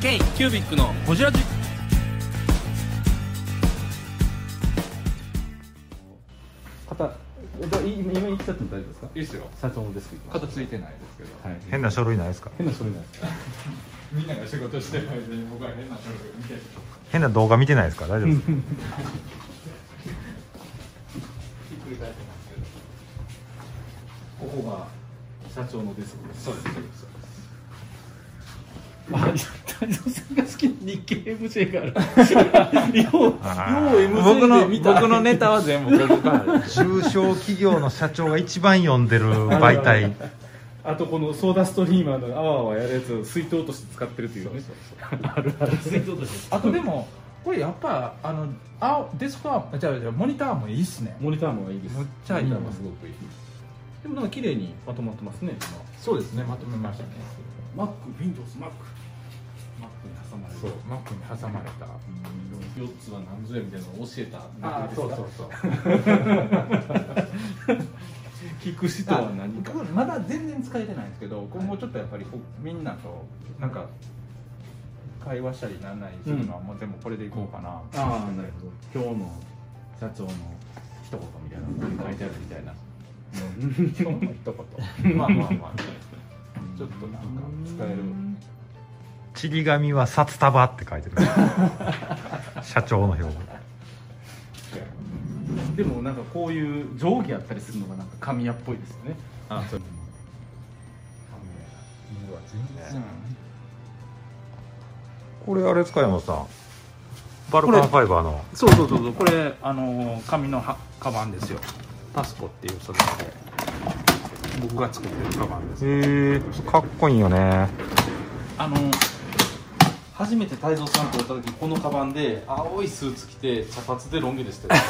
ケイキュービックのホジラジ肩えっとい今今言っちゃっても大丈夫ですかいいっすよ社長のデスク行きます肩ついてないですけど、はい変な書類ないですか変な書類ないですかみんなが仕事してる間に僕は変な書類を見てる変な動画見てないですか大丈夫ですかひっくり返ってますけどここが社長のデスクです。そうですそうですそうです あ太蔵さんが好きな日経 MJ があるようよう あ MJ 僕ので見た僕のネタは全部ここからです。中小企業の社長が一番読んでる媒体あとこのソーダストリーマーのアワーはやるやつを水筒として使ってるというね水筒としてあとでもこれやっぱあのあデスクはじゃあじゃあモニターもいいっすね。モニターもいいですむっちゃいいモニターもすごくいいでもなんか綺麗にまとまってますねそうですねまとめましたね。 Mac Windows Mac マックに挟まれそうた。マックに挟まれた。四つは何ぞやみたいなのを教えたあそうそうそう。聞く人あは何か僕まだ全然使えてないんですけど今後ちょっとやっぱりこうみんなとなんか会話したりなんないするのはもう全部これでいこうかな、ああなるほど今日の社長の一言みたいなのが書いてあるみたいな 今日の一言まあまあま あちょっとなんか使える「ちり紙は札束」って書いてる社長の表でもなんかこういう定規あったりするのがなんか神谷っぽいですよねあそうこれあれですか山本さんバルカンファイバーのそうそうそうそうこれあのー紙のはカバンですよパスコっていうそれで僕が作ってるカバンですへえかっこいいよねあの初めて太蔵さんと会った時このカバンで青いスーツ着て茶髪でロン毛でしたよ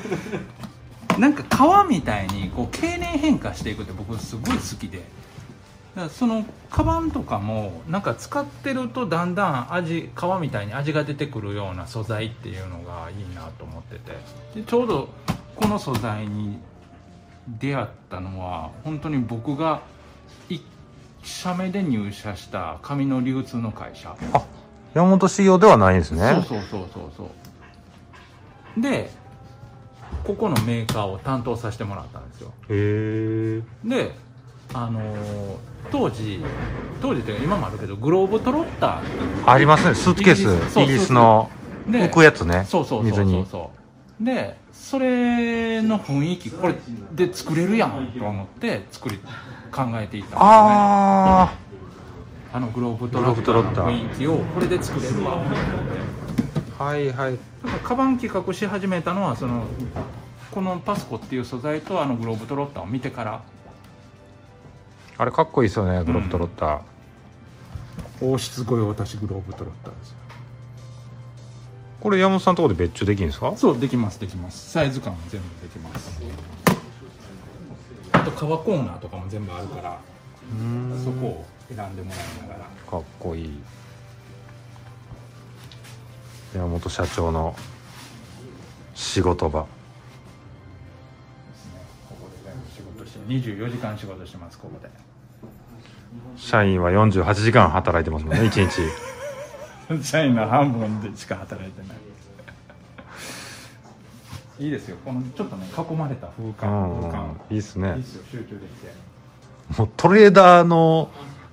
なんか川みたいにこう経年変化していくって僕すごい好きでだからそのカバンとかもなんか使ってるとだんだん味川みたいに味が出てくるような素材っていうのがいいなと思っててでちょうどこの素材に出会ったのは本当に僕が1社目で入社した紙の流通の会社山本仕様ではないんですねそうそうそうそうそうでここのメーカーを担当させてもらったんですよへえであのー当時当時というか今もあるけどグローブトロッターっていうありますねスーツケーイギリスそスうイギリスので浮くやつねそうそうそう水そうにそうでそれの雰囲気これで作れるやんと思って作り考えていったんですよねああのグローブトロッターの雰囲気をこれで作れるわと思ってあはいはいカバン企画し始めたのはそのこのパスコっていう素材とあのグローブトロッターを見てからあれかっこいいですよねグロットロッター、王室御用私グローブトロッターですこれ山本さんのところで別注できるんですかそうできますできますサイズ感も全部できますあと革コーナーとかも全部あるからそこを選んでもらいながらかっこいい山本社長の仕事場ここで全部仕事して24時間仕事してますここで 社員は48時間働いてます もんね一日社員の半分でしか働いてないいいですよこのちょっとね囲まれた風う間ん、う空ん間、いいっすいいねですよ集中できてもうトレーダーの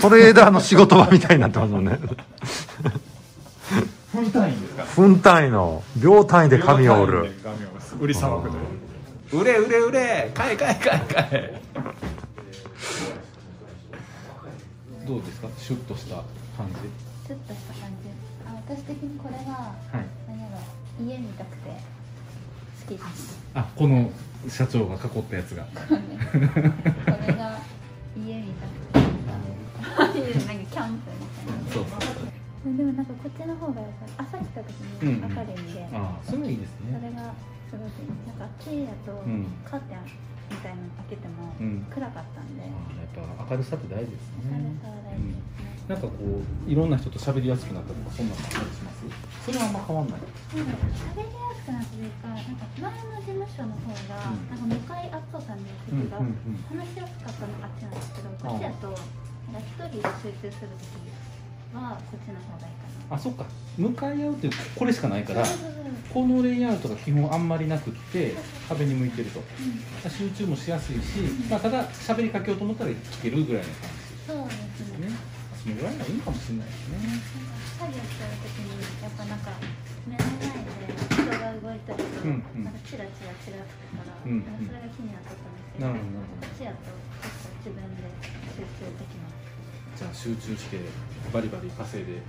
トレーダーの仕事場みたいになってますもん ね分単位ですか分単位の秒単位で紙を折る売りさばくという売れ売れ売れ買え買え買え買えどうですかシュッとした感じちょっとした感じあ私的にこれは、はい何やろ家みたくて好きですあこの社長が囲ったやつがこれが家み たくてなんかキャンプみたいなそうでもなんかこっちの方がよかった朝来た時うんに明るいんで、あそれいいですそれがすごくいいなんかあっちだと、んカーテンみたいなの開けても、うん暗かったんでやっぱ明るさって大事です明るねさは大事ですね、なんかこういろんな人と喋りやすくなったとかそんなのあったりしますそれはあんま変わんないなんか喋りやすくなっていうか、なんか前の事務所の方が、なんか向かい合っとったんで、席が、うんうん話しやすかったのあっちなんですけど、こっちだと、なんか一人で集中するとき、はこっちの方がいいかあそっか向かい合うってこれしかないからなそうそうそうこのレイアウトが基本あんまりなくって壁に向いてると集中もしやすいし、まあ、ただ喋りかけようと思ったら聞けるぐらいの感うんそうですじねですねそのぐらいがいいかもしれないですね作業してる時にやっぱなんか目の前で人が動いてると、うんうんなんかチラチラチラつくから、うんうんなんかそれが気になってたんですけどなるほどなるほどこっちやと結構自分で集中できますじゃあ集中してバリバリ稼いで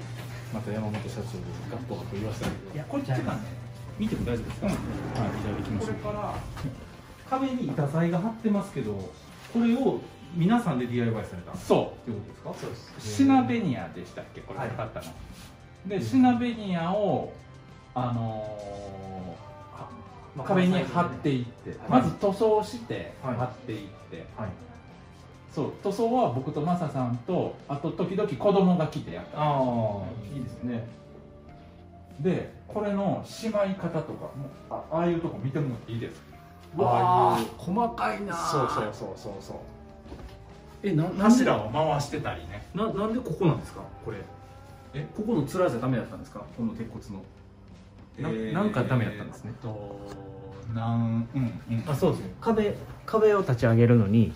また山本社長にガッとかと言わせてあげるいやこれちょっとね見ても大丈夫ですか、はいじゃあ行きまこしょれうから壁に板材が張ってますけどこれを皆さんで DIY されたっそうてことですかそうですシナベニアでしたっけこれ買ったの、でシナベニアをあのーは壁に貼っていって、まず塗装してはい貼っていって、はいそう塗装は僕とマサさんとあと時々子供が来てやったああいいですねでこれのしまい方とかもあああいうとこ見てもらっていいですうわあ細かいなそうそうそうそうそうえななんで柱を回してたりねななんでここなんですかこれえここの面じゃダメだったんですかこの鉄骨のな,、えーなんかダメだったんですねえっとなんうんうんあそうですね壁壁を立ち上げるのに、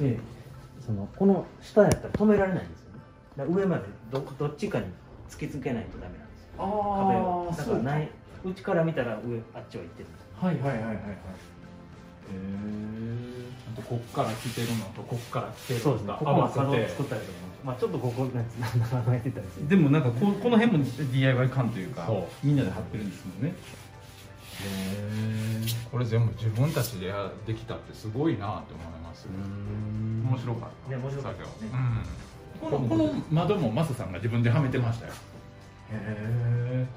そのこの下やったら止められないんですよねだから上までどどっちかに突きつけないとダメなんですよあ壁をだからない内から見たら上あっちは行ってるんですはいはいはいはいはいへあとこっから来てるのとこっから来てるのとここ合はわせ角をて作ったりとかまあちょっとここなんつ 考えてたりするでもなんかここの辺も DIY 感というかそみんなで貼ってるんですもんねこれ全部自分たちでやできたってすごいなって思います面白かったね面白かったですね作業うんこのこの窓もマサさんが自分ではめてましたよへえ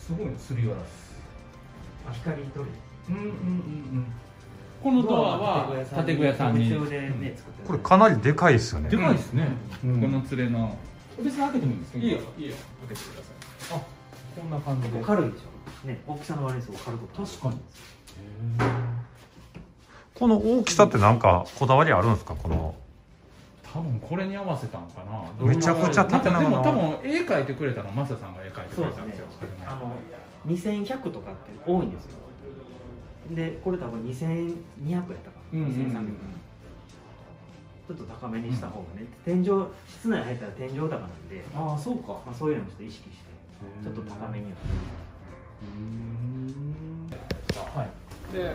すごいねすりガラス光取うんうんうんうんこのドアは建具屋さんに必要でね作ってるこれかなりでかいですよねでかいですね、うんこの連れの別に開けてもいいんですかいいよ開けてくださこんな感じで軽いでしょね大きさの割にすごい軽く確かにこの大きさってなんかこだわりあるんですかこのい多分これに合わせたんかなめちゃくちゃ縦長でなも多分絵描いてくれたのマサさんが絵描いてそうくれですたんねですよあの2100とかって多いんですよでこれ多分2200やったかうんうんうん2300ちょっと高めにした方がね、天井室内入ったら天井高なんで、ああそうかまあ、そういうのもちょっと意識してちょっと高めにはで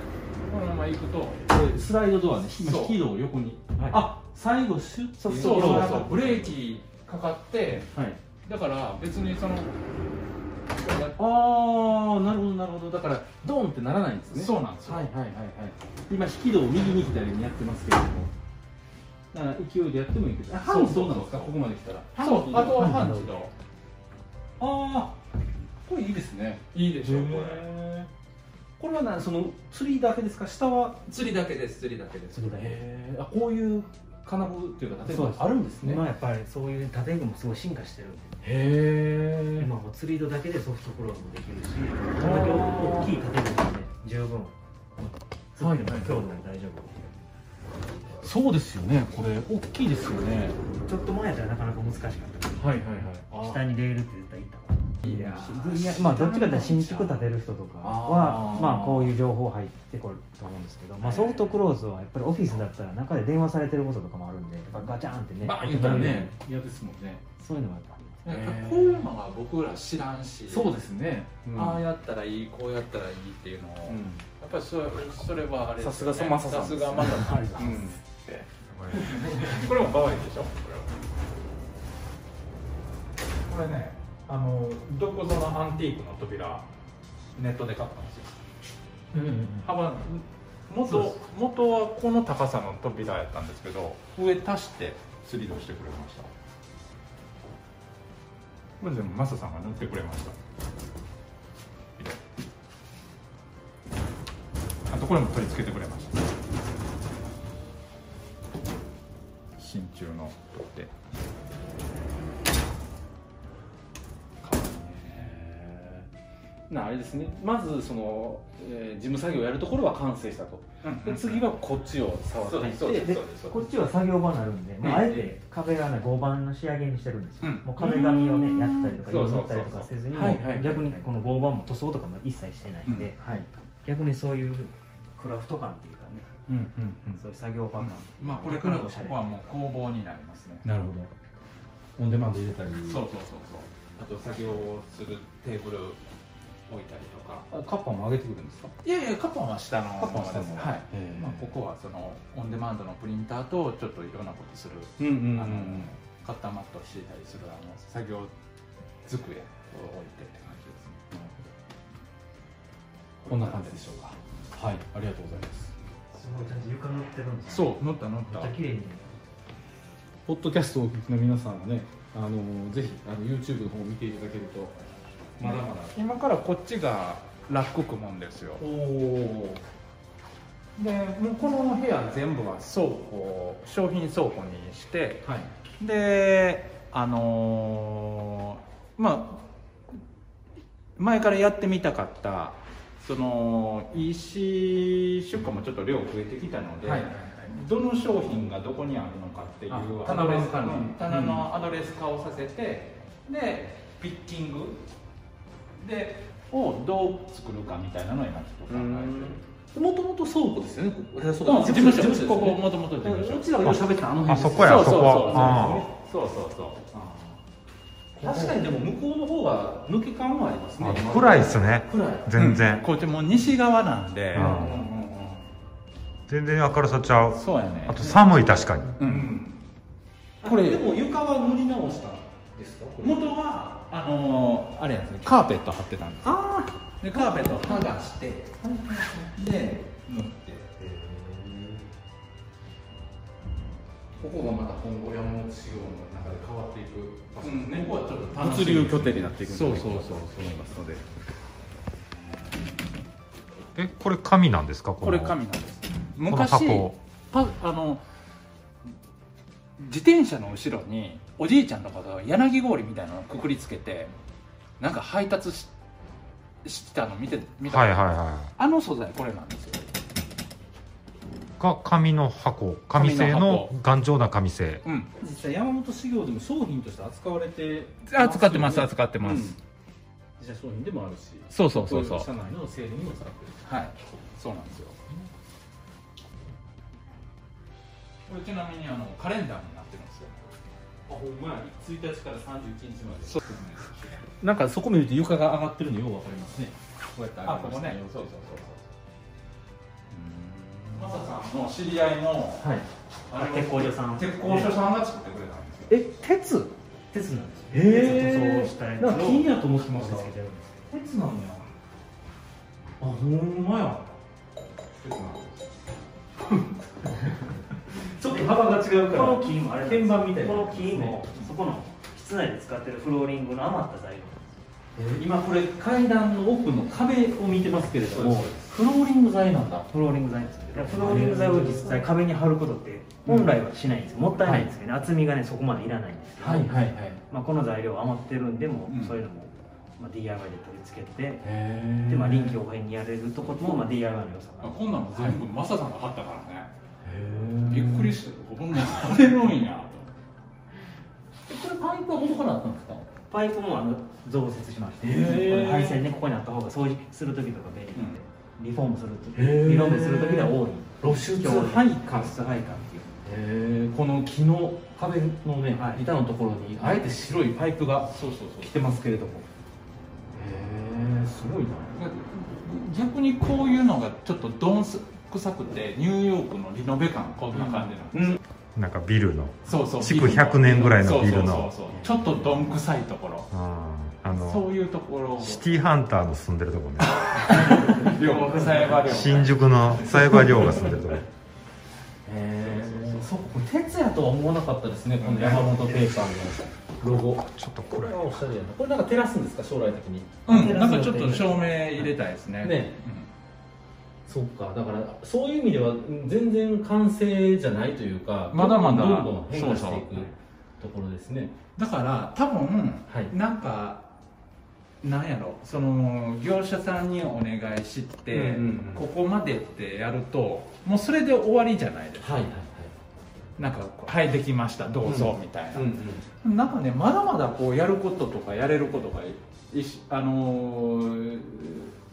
このまま行くとこれスライドドアね今そう引き戸を横にはいあ最後シュッてそうそうそうそそううブレーキかかってはいだから別にそのこうやっああなるほどなるほどだからドンってならないんですねそうなんですよはいはいはいはい今引き戸を右に左にやってますけれどもだから勢いでやってもいいけどハウスどうなんですかここまで来たらそうあとは半自あ動あーこれいいですねいいでしょこれへーこれはなその釣りだけですか下は釣りだけです釣りだけですそうだねへーあこういう金具っていうか例えそうばですあるんですね今やっぱりそういう建具もすごい進化してるんでへ今もう釣り戸だけでソフトクローズもできるしこれだけ大きい建具もね十分作っても強度も大丈夫そうですよねこれ大きいですよねちょっと前やったらなかなか難しかったはいはいはい下にレールって絶対いったからいやまあどっちかっていうと新築建てる人とかはあーまあこういう情報入ってこると思うんですけど、まあ、ソフトクローズはやっぱりオフィスだったら中で電話されてることとかもあるんでやっぱガチャンってねバーン言ったらね嫌ですもんねそういうのがやっぱありますなんかへーこういうのは僕ら知らんしそうですね、うんああやったらいいこうやったらいいっていうのをやうんっぱりそれそれはあれですよねさすがマサさんさすがマサさんうんこれも可愛いでしょこれねあのどこぞのアンティークの扉ネットで買ったんですよ幅元元はこの高さの扉やったんですけど上足してスリードしてくれましたこれ全部マサさんが塗ってくれましたあとこれも取り付けてくれました真鍮の取ってなあれですねまずその、えー事務作業をやるところは完成したとで次はこっちを触そっうていっですてそうですでそうですこっちは作業場になるんで、まあ、あえて壁はね合板の仕上げにしてるんですよ、うんもう壁紙をうねんやったりとかそうそう塗ったりとかせずにはいはいもう逆にこの合板も塗装とかも一切してないんで、はい逆にそういうクラフト感っていうかね、うんうんうんそういう作業場感、まあこれからここはもう工房になりますねなるほどオンデマンド入れたりそうそうそうそうあと作業をするテーブル置いたりとかあカッパも上げてくるんですかいやいやカポンは下のカポンは下のですねはいええまあ、ここはそのオンデマンドのプリンターとちょっといろんなことする、うんうんあのカッターマットしてたりするあの作業机を置いてって感じですねこんな感じでしょうかはいありがとうございますすごいちゃんと床塗ってるんですよそう乗った乗っためっちゃ綺麗にポッドキャストをお聞きの皆さんはねあのぜひあの YouTube の方を見ていただけるとまだまだ今からこっちがラック組むんですよおおでもうこの部屋全部は倉庫商品倉庫にしてはいであのーまあ前からやってみたかったその EC 出荷もちょっと量増えてきたので、どの商品がどこにあるのかっていうあアドレス棚の管理うん棚のアドレス化をさせて、でピッキングでをどう作るかみたいなのを今ちょっと考もともと倉庫ですよねここそうえてる、うん、事務所ですよここねもともと事務所うちらが今喋ってたあの辺あですそこやそうそそうこそうそうそう確かにでも向こうの方が抜け感はありますねうん暗いっすね暗い全然、こっちもう西側なんで、うんうん全然明るさちゃうそうやねあと寒い確かにうん、これでも床は塗り直したんですかこれ元はあのーあれなんですねカーペット貼ってたんですでカーペットを剥がしてで塗ってここがまた今後山本仕様の中で変わっていく場所ですね、ここはちょっと楽し物み流拠点になっていくんじゃそうないそうかそなうそう思いますのでえこれ紙なんですかこのこれ紙なんですの昔箱パあの自転車の後ろにおじいちゃんとかが柳氷みたいなのをくくりつけてなんか配達ししたの見て見た、はいはいはあの素材これなんですよいが紙の箱紙製紙のの頑丈な紙製うん実際山本修行でも商品として扱われて扱ってますよね扱ってます、うん自社商品でもあるしそうそうそうそうこい社内の製品を使ってるはいそうなんですよこれちなみにあのカレンダーになってるんですよあほんまや1日から31日までなんかそこ見ると床が上がってるのようわかりますねこうやって上がありまここすねねそうそうそうそうマサさんの知り合いのはいあれを鉄工所さん鉄工所さんが作ってくれたんですよえ鉄鉄なんですよへー鉄を塗装したやつなんか金やと思ってましたをつけてるんで鉄すなんやあほんまやちょっと幅が違うけかどらこの金もあれなんで鍵す盤みたいなこの金もそこの室内で使ってるフローリングの余った材料えー今これ階段の奥の壁を見てますけれどもそうでフローリング材なんだフローリング材ですけどフローリング材を実際壁に貼ることって本来はしないんですよもったいないんですけどね、厚みがねそこまでいらないんですけど、はいはいはいまあ、この材料余ってるんでも、うんそういうのも、まあ、DIY で取り付けて、へでまあ、臨機応変にやれるとこも、まあ、DIY の良さあがあるこんなんも全部マサさんが貼ったからねびっくりしてこんなん貼れるんやこれパイプは元からあったんですかパイプもあの増設しまして、へーこれ配線ねここにあった方が掃除する時とか便利なんで、リフォームする時へーリフォームする時では多い露出強配管加湿配管っていうへえこの木の壁のね、はい板のところにあえて白いパイプが来てますけれどもへえすごいな逆にこういうのがちょっとどんす臭くてニューヨークのリノベ感こんな感じなんですよ、なんかビルのそうそう築100年ぐらいのビルのそうそうそうそうちょっとどんくさいところあーあそのういうところをシティハンターの住んでるとこね両サイバー新宿のサイバー寮が住んでるとこへえそっかこれ鉄やとは思わなかったですねこの山本ペーパーのロゴ ちょっとここれれはおしゃれやなこれなんか照らすんですか将来的にうんなんかちょっと照明入れたいですねねそっかだからそういう意味ではうん全然完成じゃないというかまだまだどんどん変化していそうくところですねうんだから多分はいなんかなんやろその業者さんにお願いして、うんうんうんここまでってやるともうそれで終わりじゃないですかはいはいなんか「はいできましたどうぞ」みたいな、うんうんなんかねまだまだこうやることとかやれることがいしあのー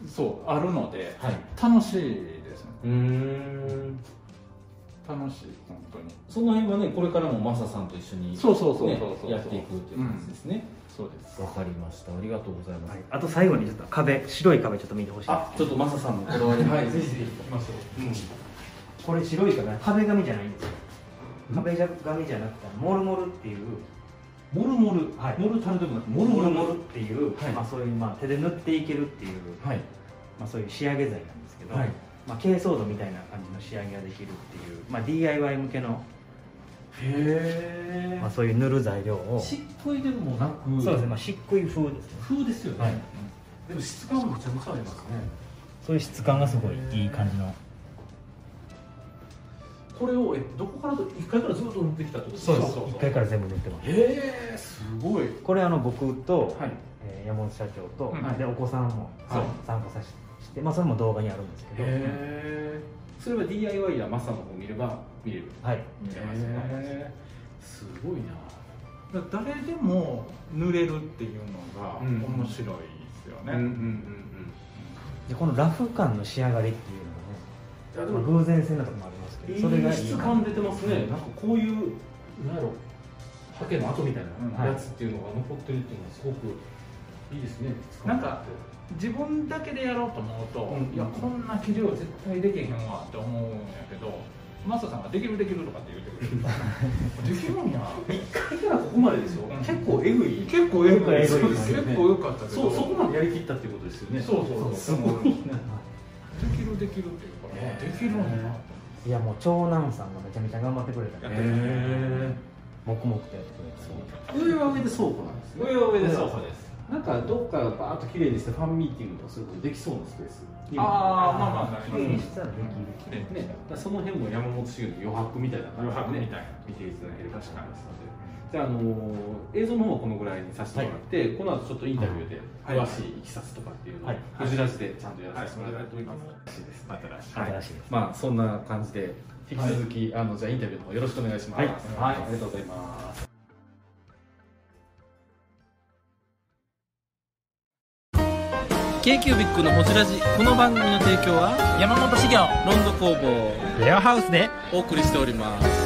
そうあるので、はい楽しいですねうーん楽しい本当にその辺はねこれからもマサさんと一緒にそうそうそうそうそうねやっていくっていう感じですねそうですわ、かりましたありがとうございます、はいあと最後にちょっと壁白い壁ちょっと見てほしいあちょっとマサさんのこだわりはいぜひぜひこれ白い壁壁紙じゃないんですよ壁紙じゃなくてモルモルっていうモルモル、はいモルタルでもなくモモルルモルモルっていう、はいまあ、そういう、まあ、手で塗っていけるっていう、はいまあ、そういう仕上げ剤なんですけど、はいまあ、珪藻土みたいな感じの仕上げができるっていう、まあ、DIY 向けの、へまあ、そういう塗る材料をしっこいでもなくそうですね、まあ、漆喰風ですね風ですよね、はいでも質感もめちゃめちゃありますねそういう質感がすごいいい感じのこれをえどこからと一回からずっと塗ってきたってこと一回から全部塗ってますへえすごいこれあの僕と、はいえー山本社長と、うんはいでお子さんも、そう参加させて、まあ、それも動画にあるんですけど、へえそれは DIY やマサの方見れば見れるはい見れますねすごいなだから誰でも塗れるっていうのがうん面白いですよね、うんでこのラフ感の仕上がりっていいうのがねやでまあ、も偶然性なとこもありますけど、それがいい質感出てますねなんかこういうなんやろハケの跡みたいなやつっていうのが残ってるっていうのはすごくいいですね質感があって自分だけでやろうと思うと、うんいやこんな切りは絶対できへんわって思うんやけどマサさんが「できるできる」とかって言ってく れるできるんやだからここまでですよ、ん結構えぐい結構よかった結構エグい結結構構よかったけそどうそこまでやりきったっていうことですよねそうそうそうすごいなできるできるっていうから、ねえできるんやないやもう長男さんがめちゃめちゃ頑張ってくれたから、へえ黙々とやってくれた上は上で倉庫なんですね上は上で倉庫ですなんかどっかバーッと綺麗にしてファンミーティングとかそういうことできそうなスペースああまあまあなりますそうねにしたらできる、ね、だからその辺も山本修の余白みたいな感じで、ね、余白みたいな見ていただければと思いますのでじゃあ、あのー映像の方はこのぐらいにさせてもらって、この後ちょっとインタビューでは詳いしいいきさつとかっていうのをはい藤ラジでちゃんとやらせてもらいたいと思います、また来週はい新しいです、まあそんな感じで引き続き、あのじゃあインタビューの方よろしくお願いします、はいありがとうございます レアハウスでお送りしております